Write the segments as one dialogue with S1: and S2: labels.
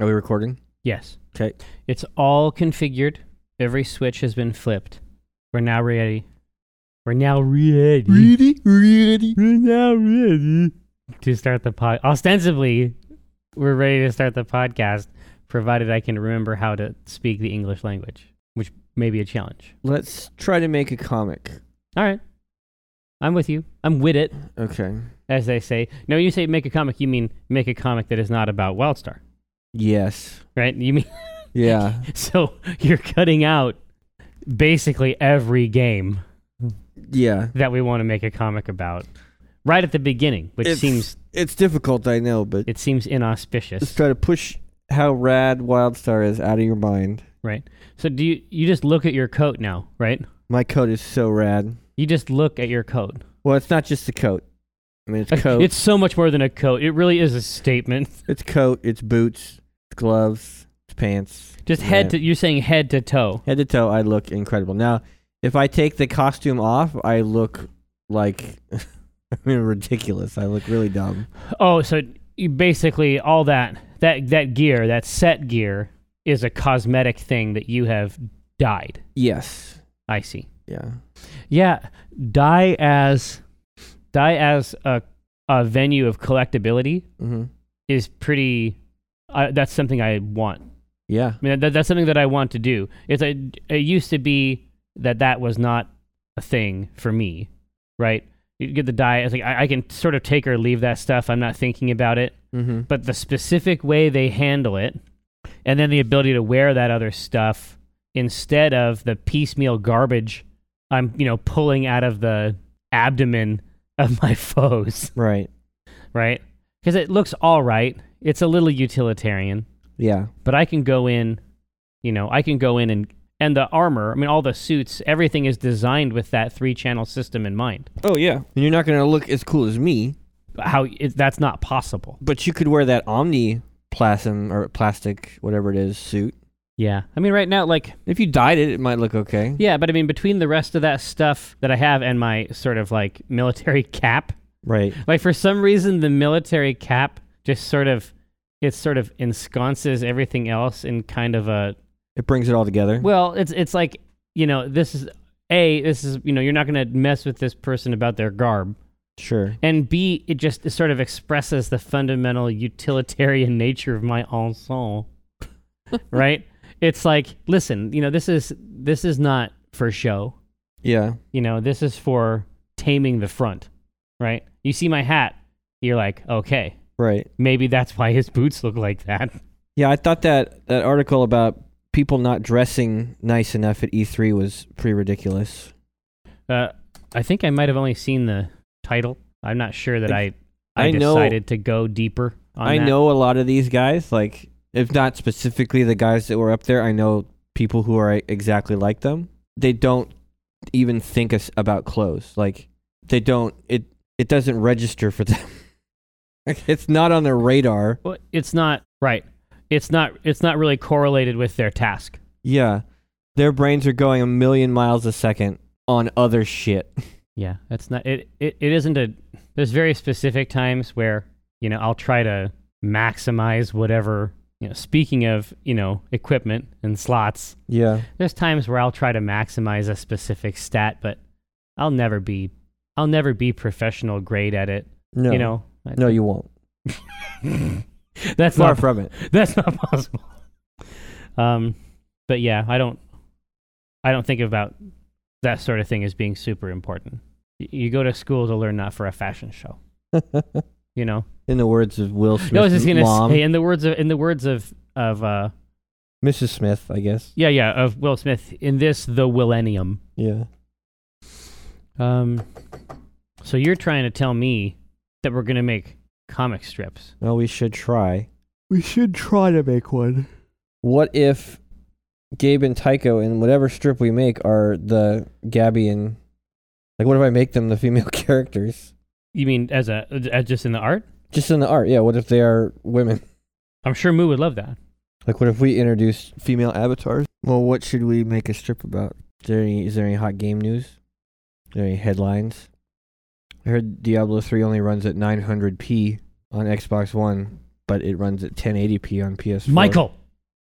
S1: Are we recording?
S2: Yes.
S1: Okay.
S2: It's all configured. Every switch has been flipped. We're now ready. We're now ready.
S1: Ready? Ready?
S2: We're now ready to start the pod. Ostensibly, we're ready to start the podcast, provided I can remember how to speak the English language, which may be a challenge.
S1: Let's try to make a comic.
S2: All right. I'm with you. I'm with it,
S1: Okay.
S2: as they say. No, you say make a comic, you mean make a comic that is not about Wildstar,
S1: Yes.
S2: right? You mean
S1: Yeah.
S2: so you're cutting out basically every game.
S1: Yeah.
S2: that we want to make a comic about right at the beginning, which
S1: It's-
S2: seems
S1: It's difficult, I know, but
S2: it seems
S1: let's
S2: inauspicious,
S1: try to push how rad Wildstar is out of your mind.
S2: right? So do you you just look at your coat now, right?
S1: My coat is so rad.
S2: You just look at your coat.
S1: Well, it's not just the coat. I mean, it's coat.
S2: It's so much more than a coat. It really is a statement.
S1: It's coat. It's boots. It's gloves. It's pants.
S2: Just head
S1: Right.
S2: to you're saying head to toe.
S1: Head to toe, I look incredible. Now, if I take the costume off, I look like I mean ridiculous. I look really dumb.
S2: Oh, so you basically all that that that gear, that set gear is a cosmetic thing that you have dyed.
S1: Yes.
S2: I see.
S1: Yeah.
S2: Yeah, dye as dye as a a venue of collectability
S1: Mm-hmm.
S2: is pretty. I that's something I want.
S1: Yeah.
S2: I mean, that, that's something that I want to do. It's a, it used to be that that was not a thing for me, right? You get the diet. It's like I, I can sort of take or leave that stuff. I'm not thinking about it.
S1: Mm-hmm.
S2: But the specific way they handle it, and then the ability to wear that other stuff instead of the piecemeal garbage I'm, you know, pulling out of the abdomen of my foes,
S1: Right.
S2: right? Because it looks all right. It's a little utilitarian
S1: Yeah.
S2: but I can go in, you know, I can go in and and the armor, I mean all the suits, everything is designed with that three-channel system in mind.
S1: Oh yeah. And you're not gonna look as cool as me,
S2: How it, that's not possible.
S1: but you could wear that omni plasm or plastic, whatever it is, suit.
S2: Yeah. I mean right now like
S1: If you dyed it, it might look okay.
S2: yeah, but I mean between the rest of that stuff that I have and my sort of like military cap,
S1: Right.
S2: like for some reason the military cap just sort of it sort of ensconces everything else in kind of a
S1: It brings it all together.
S2: Well, it's it's like you know this is a this is you know you're not going to mess with this person about their garb,
S1: sure.
S2: and B it just sort of expresses the fundamental utilitarian nature of my ensemble, right? It's like listen, you know this is this is not for show,
S1: Yeah.
S2: you know this is for taming the front, right? You see my hat, you're like okay.
S1: Right.
S2: Maybe that's why his boots look like that.
S1: Yeah, I thought that that article about people not dressing nice enough at E3 was pretty ridiculous.
S2: Uh, I think I might have only seen the title. I'm not sure that I I,
S1: I know-
S2: decided to go deeper. On
S1: I
S2: that.
S1: know a lot of these guys, like if not specifically the guys that were up there, I know people who are exactly like them. They don't even think as- about clothes. Like they don't it it doesn't register for them. Like, it's not on their radar.
S2: Well, it's not right. It's not. It's not really correlated with their task.
S1: Yeah. Their brains are going a million miles a second on other shit.
S2: Yeah, that's not. It. It, it isn't a. There's very specific times where you know I'll try to maximize whatever. You know, speaking of you know equipment and slots,
S1: Yeah.
S2: there's times where I'll try to maximize a specific stat, but I'll never be. I'll never be professional grade at it.
S1: No.
S2: You know. I-
S1: No, you won't.
S2: that's
S1: Far
S2: not
S1: from it.
S2: that's not possible. Um, but yeah, I don't, I don't think about that sort of thing as being super important. Y- You go to school to learn, not for a fashion show. You know,
S1: In the words of Will Smith's
S2: no, I was just gonna
S1: mom,
S2: say, in the words of, in the words of, of, uh,
S1: Mrs. Smith, I guess.
S2: yeah, yeah, of Will Smith in this the millennium.
S1: Yeah.
S2: Um, so you're trying to tell me that we're gonna make comic strips?
S1: Well, we should try. We should try to make one. What if Gabe and Tycho in whatever strip we make are the Gabby and like what if I make them the female characters?
S2: You mean as a, as just in the art?
S1: Just in the art, yeah. What if they are women?
S2: I'm sure Moo would love that.
S1: Like what if we introduce female avatars? Well, what should we make a strip about? Is there any is there any hot game news? Is there any headlines? I heard Diablo three only runs at nine hundred P on Xbox One. but it runs at 1080p on PS4.
S2: Michael,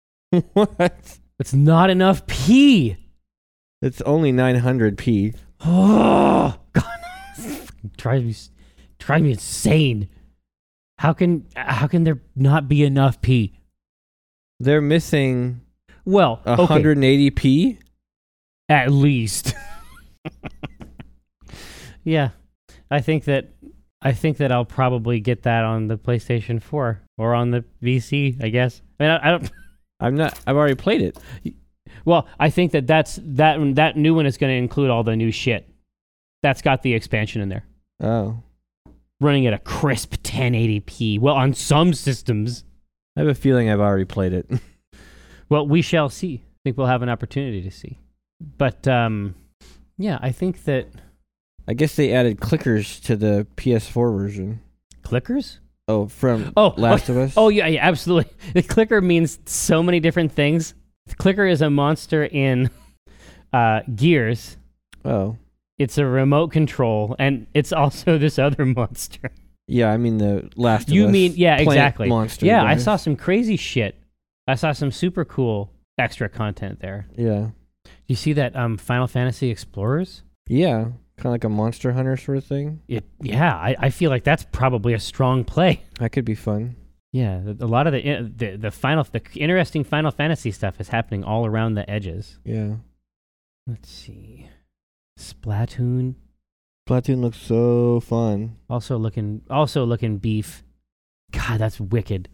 S1: what?
S2: it's not enough P.
S1: It's only 900p.
S2: Oh, God. drives me, drives me insane. How can how can there not be enough P?
S1: They're missing
S2: Well, okay,
S1: 180p.
S2: at least. yeah, I think that I think that I'll probably get that on the PlayStation 4 or on the VC. I guess. I mean, I, I don't.
S1: I'm not. I've already played it.
S2: Well, I think that that's that one- that new one is going to include all the new shit. That's got the expansion in there,
S1: Oh,
S2: running at a crisp 1080p. Well, on some systems.
S1: I have a feeling I've already played it.
S2: Well, we shall see. I think we'll have an opportunity to see. But um, yeah, I think that
S1: I guess they added clickers to the PS4 version.
S2: clickers.
S1: Oh, from
S2: Oh,
S1: Last of Us.
S2: Oh yeah, yeah, absolutely. The clicker means so many different things. The clicker is a monster in uh, Gears.
S1: Oh,
S2: It's a remote control, and it's also this other monster.
S1: yeah. I mean the Last.
S2: You
S1: of Us
S2: mean- yeah,
S1: plant
S2: exactly.
S1: Monster.
S2: yeah, I
S1: guy.
S2: saw some crazy shit. I saw some super cool extra content there.
S1: Yeah,
S2: You see that um, Final Fantasy Explorers?
S1: yeah. Kind of like a Monster Hunter sort of thing.
S2: It, yeah, I, I feel like that's probably a strong play.
S1: That could be fun.
S2: Yeah, th- a lot of the in- the, the final the interesting Final Fantasy stuff is happening all around the edges.
S1: Yeah.
S2: Let's see, Splatoon
S1: Platoon looks so fun.
S2: also looking also looking beef. God, that's wicked.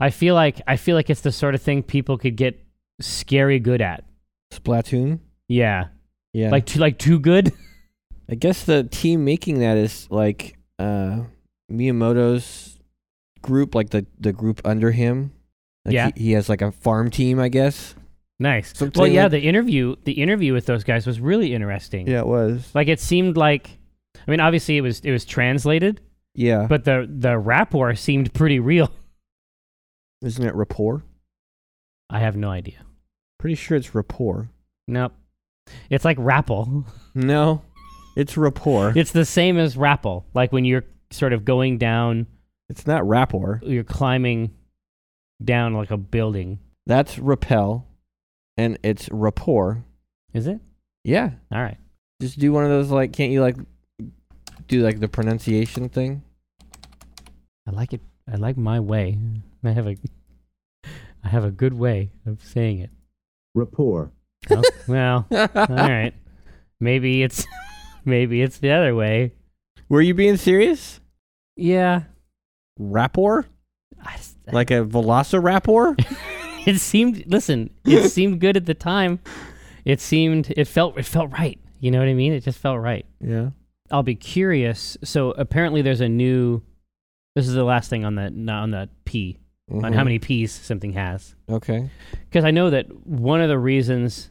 S2: I feel like I feel like it's the sort of thing people could get scary good at.
S1: Splatoon.
S2: Yeah,
S1: Yeah.
S2: like too like too good.
S1: I guess the team making that is like uh Miyamoto's group, like the the group under him. Like
S2: Yeah.
S1: He, he has like a farm team, I guess.
S2: nice.
S1: Something
S2: Well, yeah,
S1: like-
S2: the interview the interview with those guys was really interesting.
S1: it was.
S2: Like it seemed like, I mean, obviously it was it was translated,
S1: Yeah.
S2: but the the rapport seemed pretty real.
S1: Isn't it rapport?
S2: I have no idea.
S1: Pretty sure it's rapport.
S2: Nope. It's like Rapple.
S1: No, it's rapport.
S2: It's the same as Rapple. Like when you're sort of going down,
S1: It's not rapport.
S2: you're climbing down like a building.
S1: That's rappel, and it's rapport.
S2: Is it?
S1: Yeah.
S2: All right.
S1: Just do one of those. Like, can't you like do like the pronunciation thing?
S2: I like it. I like my way. I have a I have a good way of saying it.
S3: rapport,
S2: Oh, well, all right. Maybe it's maybe it's the other way.
S1: Were you being serious?
S2: Yeah.
S1: Rapport,
S2: I s-
S1: like a velociraptor.
S2: it seemed listen, it seemed good at the time. It seemed it felt it felt right. You know what I mean? It just felt right.
S1: yeah.
S2: I'll be curious. So apparently, there's a new. This is the last thing on the not on the P on how
S1: Mhm.
S2: many P's something has.
S1: Okay.
S2: Because I know that one of the reasons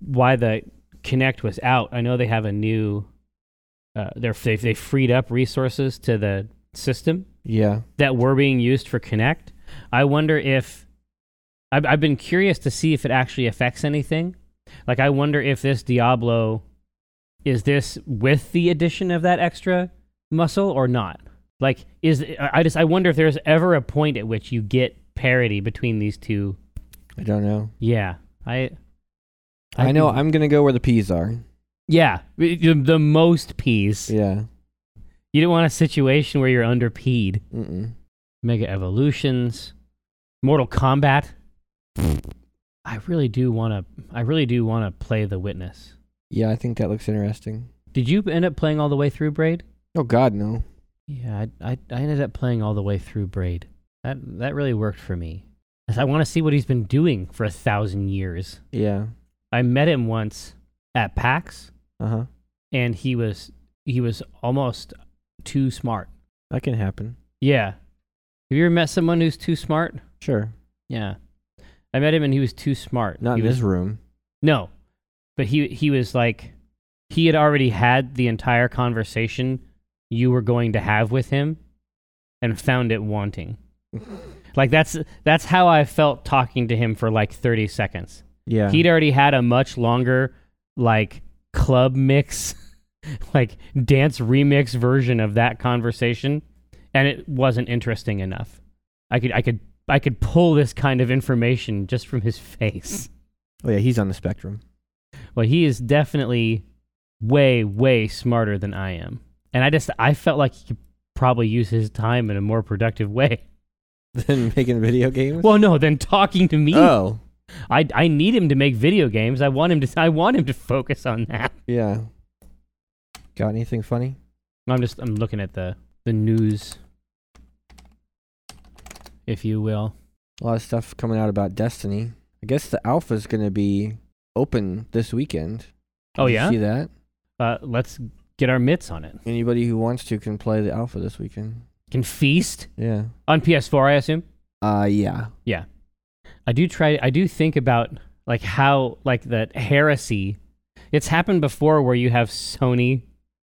S2: why the Connect was out, I know they have a new. Uh, they're they they freed up resources to the system
S1: Yeah.
S2: that were being used for Connect. I wonder if I've, I've been curious to see if it actually affects anything. Like, I wonder if this Diablo is this with the addition of that extra muscle or not. Like, is I I just I wonder if there's ever a point at which you get parity between these two.
S1: I don't know.
S2: Yeah, I.
S1: i know I'm gonna go where the peas are.
S2: Yeah, the, the most peas.
S1: Yeah.
S2: You don't want a situation where you're under peed.
S1: Mm-mm.
S2: Mega Evolutions, Mortal Kombat. I really do want to. I really do want to play The Witness.
S1: Yeah, I think that looks interesting.
S2: Did you end up playing all the way through Braid?
S1: Oh God, no.
S2: Yeah, I, I, I ended up playing all the way through Braid. That that really worked for me. 'Cause I want to see what he's been doing for a thousand years.
S1: Yeah.
S2: I met him once at PAX,
S1: Uh huh.
S2: and he was he was almost too smart.
S1: That can happen.
S2: Yeah. Have you ever met someone who's too smart?
S1: Sure.
S2: Yeah. I met him and he was too smart.
S1: Not
S2: he
S1: in
S2: was
S1: this room.
S2: No, but he he was like he had already had the entire conversation you were going to have with him, and found it wanting. like that's that's how I felt talking to him for like thirty seconds.
S1: Yeah.
S2: He'd already had a much longer like club mix, like dance remix version of that conversation, and it wasn't interesting enough. I could I could I could pull this kind of information just from his face.
S1: Oh yeah, he's on the spectrum.
S2: Well, he is definitely way way smarter than I am, and I just I felt like he could probably use his time in a more productive way.
S1: Then making video games.
S2: Well, no, than talking to me.
S1: oh
S2: I I need him to make video games. I want him to I want him to focus on that.
S1: yeah. Got anything funny?
S2: I'm just I'm looking at the the news, if you will.
S1: A lot of stuff coming out about Destiny. I guess the alpha's gonna be open this weekend.
S2: Oh
S1: Did you
S2: yeah,
S1: See that?
S2: uh, let's get our mitts on it.
S1: Anybody who wants to can play the alpha this weekend.
S2: Can feast
S1: Yeah.
S2: on PS4, I assume.
S1: Uh yeah.
S2: I do try. I do think about like how like that heresy. It's happened before where you have Sony,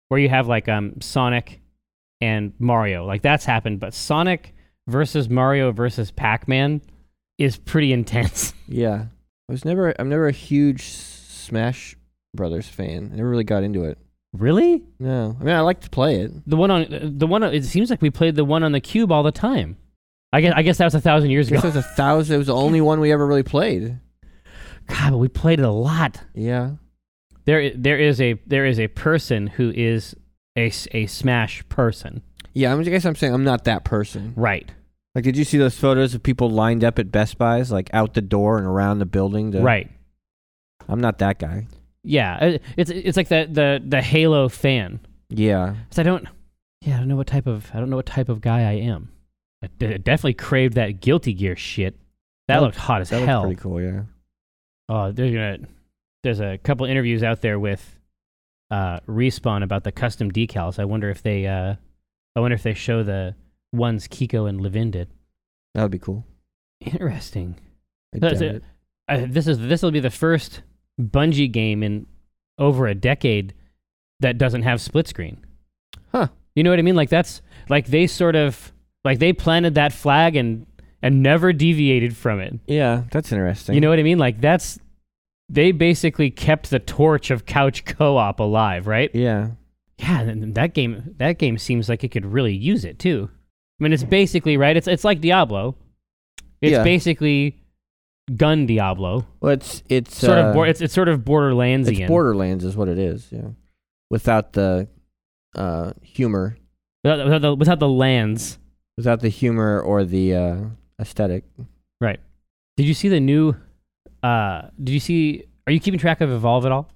S2: where you have like um Sonic and Mario. Like that's happened, but Sonic versus Mario versus Pac-Man is pretty intense.
S1: Yeah. I was never I'm never a huge Smash Brothers fan. I never really got into it.
S2: really?
S1: No. I mean I like to play it.
S2: The one on the one. On, it seems like we played the one on the cube all the time. I guess I guess that was a thousand years
S1: I guess
S2: ago.
S1: it was a thousand it was the only one we ever really played.
S2: God, but we played it a lot.
S1: Yeah.
S2: There, i- there is a there is a person who is a s- a Smash person,
S1: Yeah, I'm, I guess I'm saying I'm not that person.
S2: right?
S1: Like, did you see those photos of people lined up at Best Buys, like out the door and around the building? To,
S2: Right.
S1: I'm not that guy.
S2: Yeah. uh, It's it's like the the the Halo fan.
S1: Yeah.
S2: 'Cause I don't. Yeah, I don't know what type of I don't know what type of guy I am. I de- definitely craved that Guilty Gear shit. That,
S1: That
S2: looked hot as
S1: That was
S2: hell.
S1: pretty cool, yeah.
S2: Oh, there's gonna there's a couple interviews out there with uh, respawn about the custom decals. I wonder if they uh, I wonder if they show the ones Kiko and Levin did.
S1: That would be cool.
S2: Interesting.
S1: I
S2: That's
S1: doubt
S2: it. I, this is this will be the first Bungie game in over a decade that doesn't have split screen.
S1: Huh.
S2: You know what I mean? Like that's like they sort of like they planted that flag and and never deviated from it.
S1: Yeah, that's interesting.
S2: You know what I mean? Like that's they basically kept the torch of couch co-op alive, right?
S1: Yeah.
S2: Yeah, and and that game that game seems like it could really use it too. I mean, it's basically right. It's it's like Diablo. It's
S1: Yeah.
S2: basically gun Diablo
S1: Well, it's it's
S2: sort
S1: uh,
S2: of bor- it's it's sort of Borderlands
S1: it's Borderlands is what it is. Yeah, without the uh, humor,
S2: without, without the, without the lands.
S1: without the humor or the uh, aesthetic.
S2: Did you see the new? Uh, did you see? Are you keeping track of Evolve at all?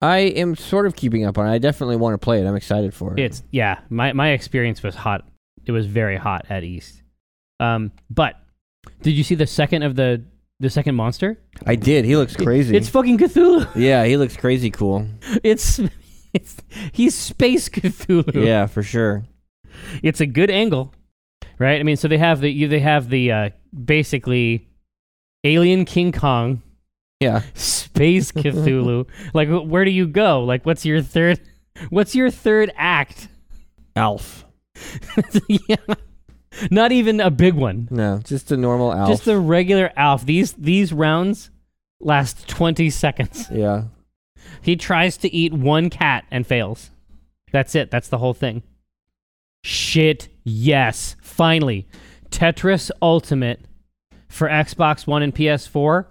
S1: I am sort of keeping up on. it. I definitely want to play it. I'm excited for it.
S2: It's yeah. My my experience was hot. It was very hot at East. Um, but did you see the second of the the second monster?
S1: I did. He looks crazy.
S2: It's fucking Cthulhu.
S1: yeah, he looks crazy cool.
S2: It's it's he's space Cthulhu.
S1: yeah, for sure.
S2: it's a good angle, right? I mean, so they have the you they have the uh, basically alien King Kong.
S1: Yeah,
S2: space Cthulhu. like, wh- where do you go? Like, what's your third? What's your third act?
S1: Alf.
S2: yeah. Not even a big one.
S1: No, just a normal Alf.
S2: Just the regular Alf. These these rounds last twenty seconds.
S1: yeah.
S2: He tries to eat one cat and fails. That's it. That's the whole thing. Shit. Yes. Finally, Tetris Ultimate for Xbox One and PS4,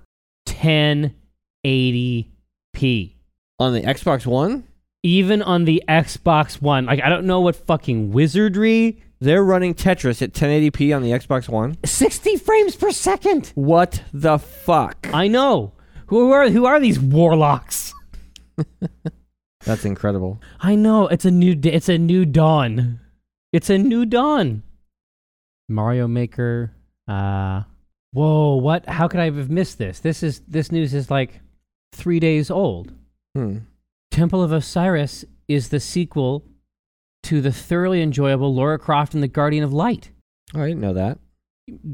S2: 1080p.
S1: On the Xbox One,
S2: even on the Xbox One. Like, I don't know what fucking wizardry.
S1: they're running Tetris at 1080p on the Xbox One.
S2: 60 frames per second.
S1: What the fuck?
S2: I know. Who are, who are these warlocks?
S1: That's incredible.
S2: I know. It's a new day. It's a new dawn. It's a new dawn. Mario Maker. Uh, whoa, what? How could I have missed this? This is this news is like three days old.
S1: Hmm.
S2: Temple of Osiris is the sequel to the thoroughly enjoyable Laura Croft and the Guardian of Light.
S1: Oh, I didn't know that.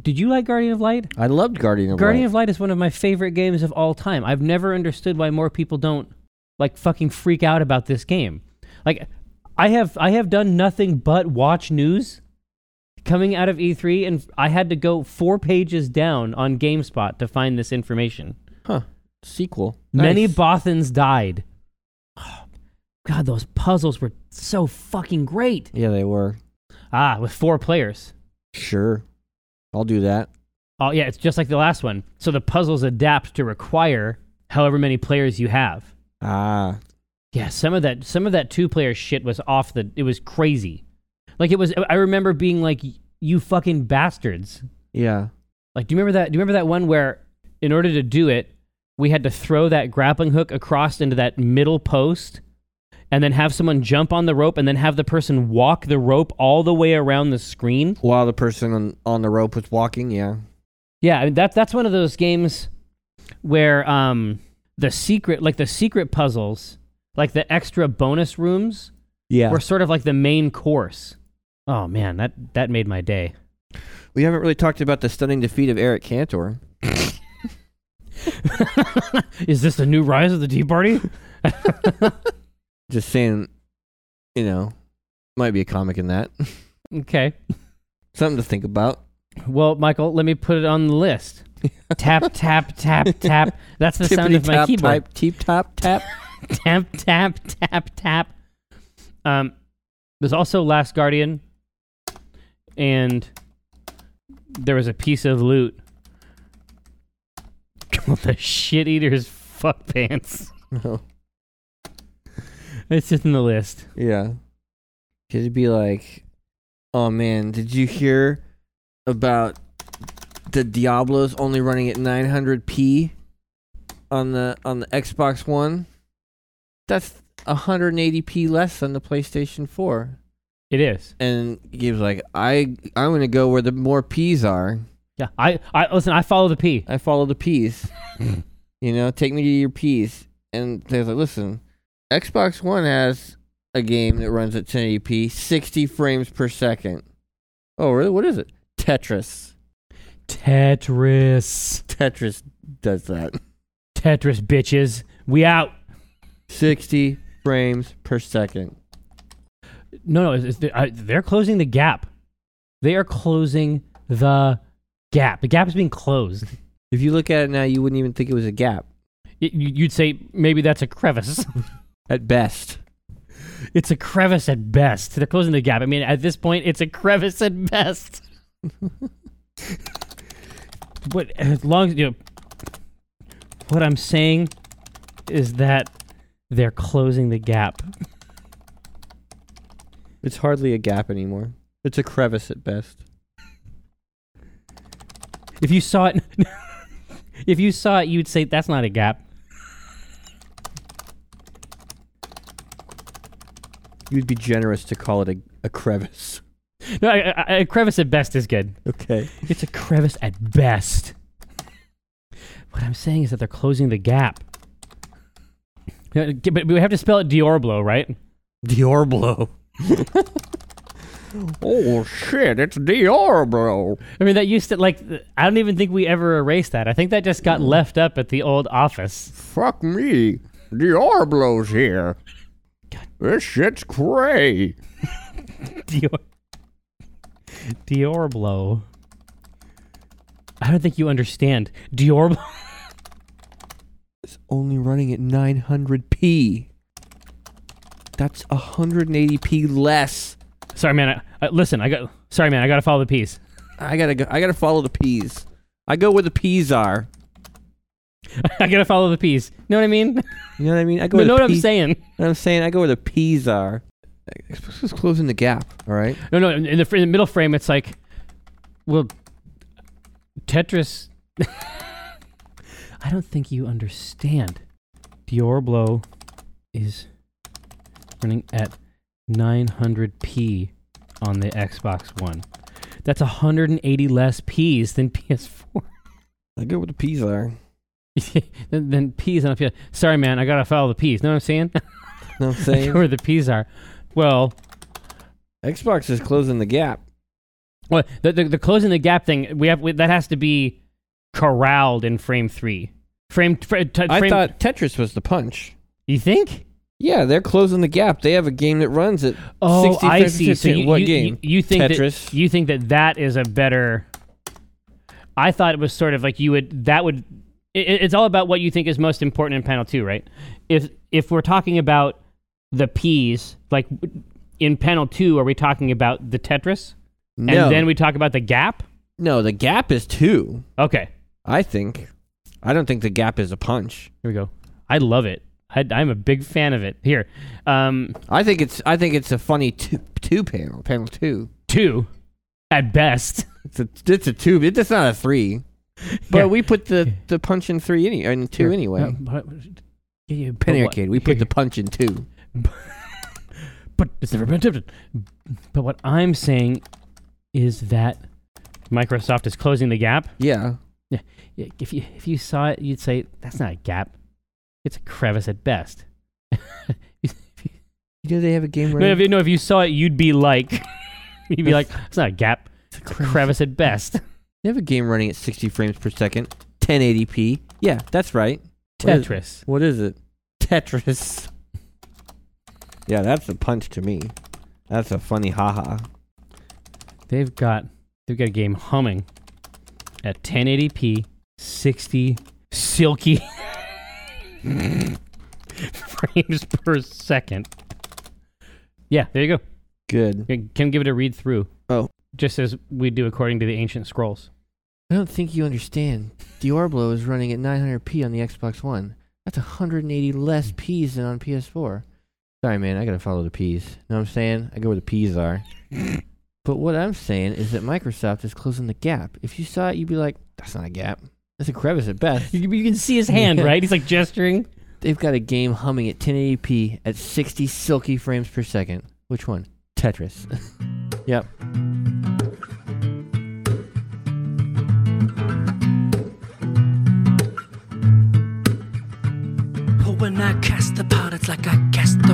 S2: Did you like Guardian of Light?
S1: I loved Guardian of
S2: Guardian
S1: Light.
S2: of Light is one of my favorite games of all time. I've never understood why more people don't like fucking freak out about this game. Like I have I have done nothing but watch news coming out of E3 and I had to go 4 pages down on GameSpot to find this information.
S1: Huh. Sequel.
S2: Many
S1: Nice.
S2: Bothans died. Oh, God, those puzzles were so fucking great.
S1: yeah, they were.
S2: Ah, with four players.
S1: Sure. I'll do that.
S2: Oh yeah, it's just like the last one. So the puzzles adapt to require however many players you have.
S1: Ah.
S2: Yeah, some of that some of that two player shit was off the it was crazy. Like it was I remember being like you fucking bastards.
S1: Yeah.
S2: Like do you remember that do you remember that one where in order to do it, we had to throw that grappling hook across into that middle post and then have someone jump on the rope and then have the person walk the rope all the way around the screen?
S1: While the person on, on the rope was walking, yeah.
S2: Yeah, I mean that that's one of those games where um the secret like the secret puzzles, like the extra bonus rooms
S1: Yeah.
S2: were sort of like the main course. Oh man, that that made my day.
S1: We haven't really talked about the stunning defeat of Eric Cantor.
S2: Is this the new rise of the Tea Party?
S1: Just saying, you know, might be a comic in that.
S2: Okay.
S1: Something to think about.
S2: Well, Michael, let me put it on the list. tap tap tap tap. That's the sound of my
S1: Tippity-tap,
S2: keyboard.
S1: type, teep top tap.
S2: Tap tap tap tap. Um, there's also Last Guardian, and there was a piece of loot. the shit eaters fuck pants.
S1: No.
S2: It's just in the list.
S1: Yeah. Could it be like, oh man, did you hear about the Diablos only running at 900p on the on the Xbox One? That's 180p less than the PlayStation 4.
S2: It is.
S1: And he was like, I I'm gonna go where the more p's are.
S2: Yeah, I, I listen. I follow the P.
S1: I follow the P's. you know, take me to your P's. And they're like, listen, Xbox One has a game that runs at 1080p, 60 frames per second. Oh, really? What is it? Tetris.
S2: Tetris,
S1: Tetris does that.
S2: Tetris, bitches. We out.
S1: 60 frames per second.
S2: No, no, it's, it's, they're, uh, they're closing the gap. They are closing the gap. The gap is being closed.
S1: If you look at it now, you wouldn't even think it was a gap.
S2: Y- you- you'd say maybe that's a crevice.
S1: At best.
S2: it's a crevice at best. They're closing the gap. I mean, at this point, it's a crevice at best. but as long as you know, what I'm saying is that they're closing the gap.
S1: It's hardly a gap anymore. It's a crevice at best.
S2: If you saw it, if you saw it, you'd say that's not a gap.
S1: You'd be generous to call it a, a crevice.
S2: No, I- I- I- a crevice at best is good.
S1: Okay.
S2: It's a crevice at best. What I'm saying is that they're closing the gap. Yeah, g- But we have to spell it Diorblo, right?
S1: Diablo. oh shit, it's Diablo.
S2: I mean, that used to like. th- I don't even think we ever erased that. I think that just got left up at the old office.
S1: Fuck me. Diablo's here. This shit's cray.
S2: Dior. Diorblo. I don't think you understand. Diorblo.
S1: It's only running at 900p. That's 180p less.
S2: Sorry, man. I, I, listen, I got. Sorry, man. I got to follow the piece.
S1: I gotta go. I gotta follow the p's. I go where the p's are.
S2: I gotta follow the piece. Know what I mean?
S1: You know what I mean? I go.
S2: You
S1: where
S2: know
S1: the
S2: what I'm
S1: P-
S2: saying?
S1: know what I'm saying? I go where the p's are. Xbox is closing the gap. All right.
S2: No, no. In the, fr- in the middle frame, it's like, well, Tetris. I don't think you understand. Diablo is running at 900p on the Xbox One. That's 180 less p's than PS4.
S1: I go where the p's are.
S2: than, than p's on a PS. Sorry, man. I gotta follow the p's. Know what I'm saying?
S1: Know what I'm saying?
S2: Where the p's are. Well,
S1: Xbox is closing the gap.
S2: Well, the, the the closing the gap thing we have we, that has to be corralled in frame three. Frame. Fr- t-
S1: I
S2: frame,
S1: thought Tetris was the punch.
S2: You think?
S1: Yeah, they're closing the gap. They have a game that runs at
S2: Oh,
S1: 60,
S2: I
S1: 50,
S2: see. So
S1: 50.
S2: you,
S1: what
S2: you,
S1: game?
S2: You, you think
S1: Tetris.
S2: That, you think that that is a better. I thought it was sort of like you would that would. It, it- it's all about what you think is most important in panel two, right? If if we're talking about the P's, like in panel two, are we talking about the Tetris? And
S1: no,
S2: then we talk about the gap?
S1: no, the gap is two.
S2: Okay.
S1: I think. I don't think the gap is a punch.
S2: Here we go. I love it. I, I'm a big fan of it. Here, um,
S1: I think it's. I think it's a funny two, two panel. Panel two.
S2: two at best.
S1: It's a. It's a two. It's not a three. But
S2: Yeah.
S1: we put the the punch in three any in two
S2: Here.
S1: anyway.
S2: Uh, but- yeah, yeah, but
S1: Penny
S2: what-
S1: Arcade. We
S2: here,
S1: put the punch in two.
S2: but it's never been attempted. But what I'm saying is that Microsoft is closing the gap.
S1: Yeah.
S2: Yeah, If you if you saw it, you'd say that's not a gap. It's a crevice at best.
S1: You know they have a game
S2: No, if, you- no, if you saw it, you'd be like, you'd be like, it's not a gap. It's a crevice at best.
S1: They have a game running at 60 frames per second, 1080p. Yeah, that's right. What is-
S2: Tetris.
S1: What is it? Tetris. Yeah, that's a punch to me. That's a funny haha.
S2: They've got they've got a game humming at 1080p, 60 silky frames per second. Yeah, there you go.
S1: Good.
S2: Can can give it a read through.
S1: Oh.
S2: just as we do according to the ancient scrolls.
S1: I don't think you understand. Diablo is running at 900p on the Xbox One. That's 180 less p's than on PS4. Sorry, man. I gotta follow the p's. Know what I'm saying? I go where the p's are. but what I'm saying is that Microsoft is closing the gap. If you saw it, you'd be like, "That's not a gap. That's a crevice at best."
S2: You, you can see his hand,
S1: Yeah.
S2: right? He's like gesturing.
S1: They've got a game humming at 1080p at 60 silky frames per second. Which one? Tetris. yep.
S3: But when I cast the pot, it's like I cast the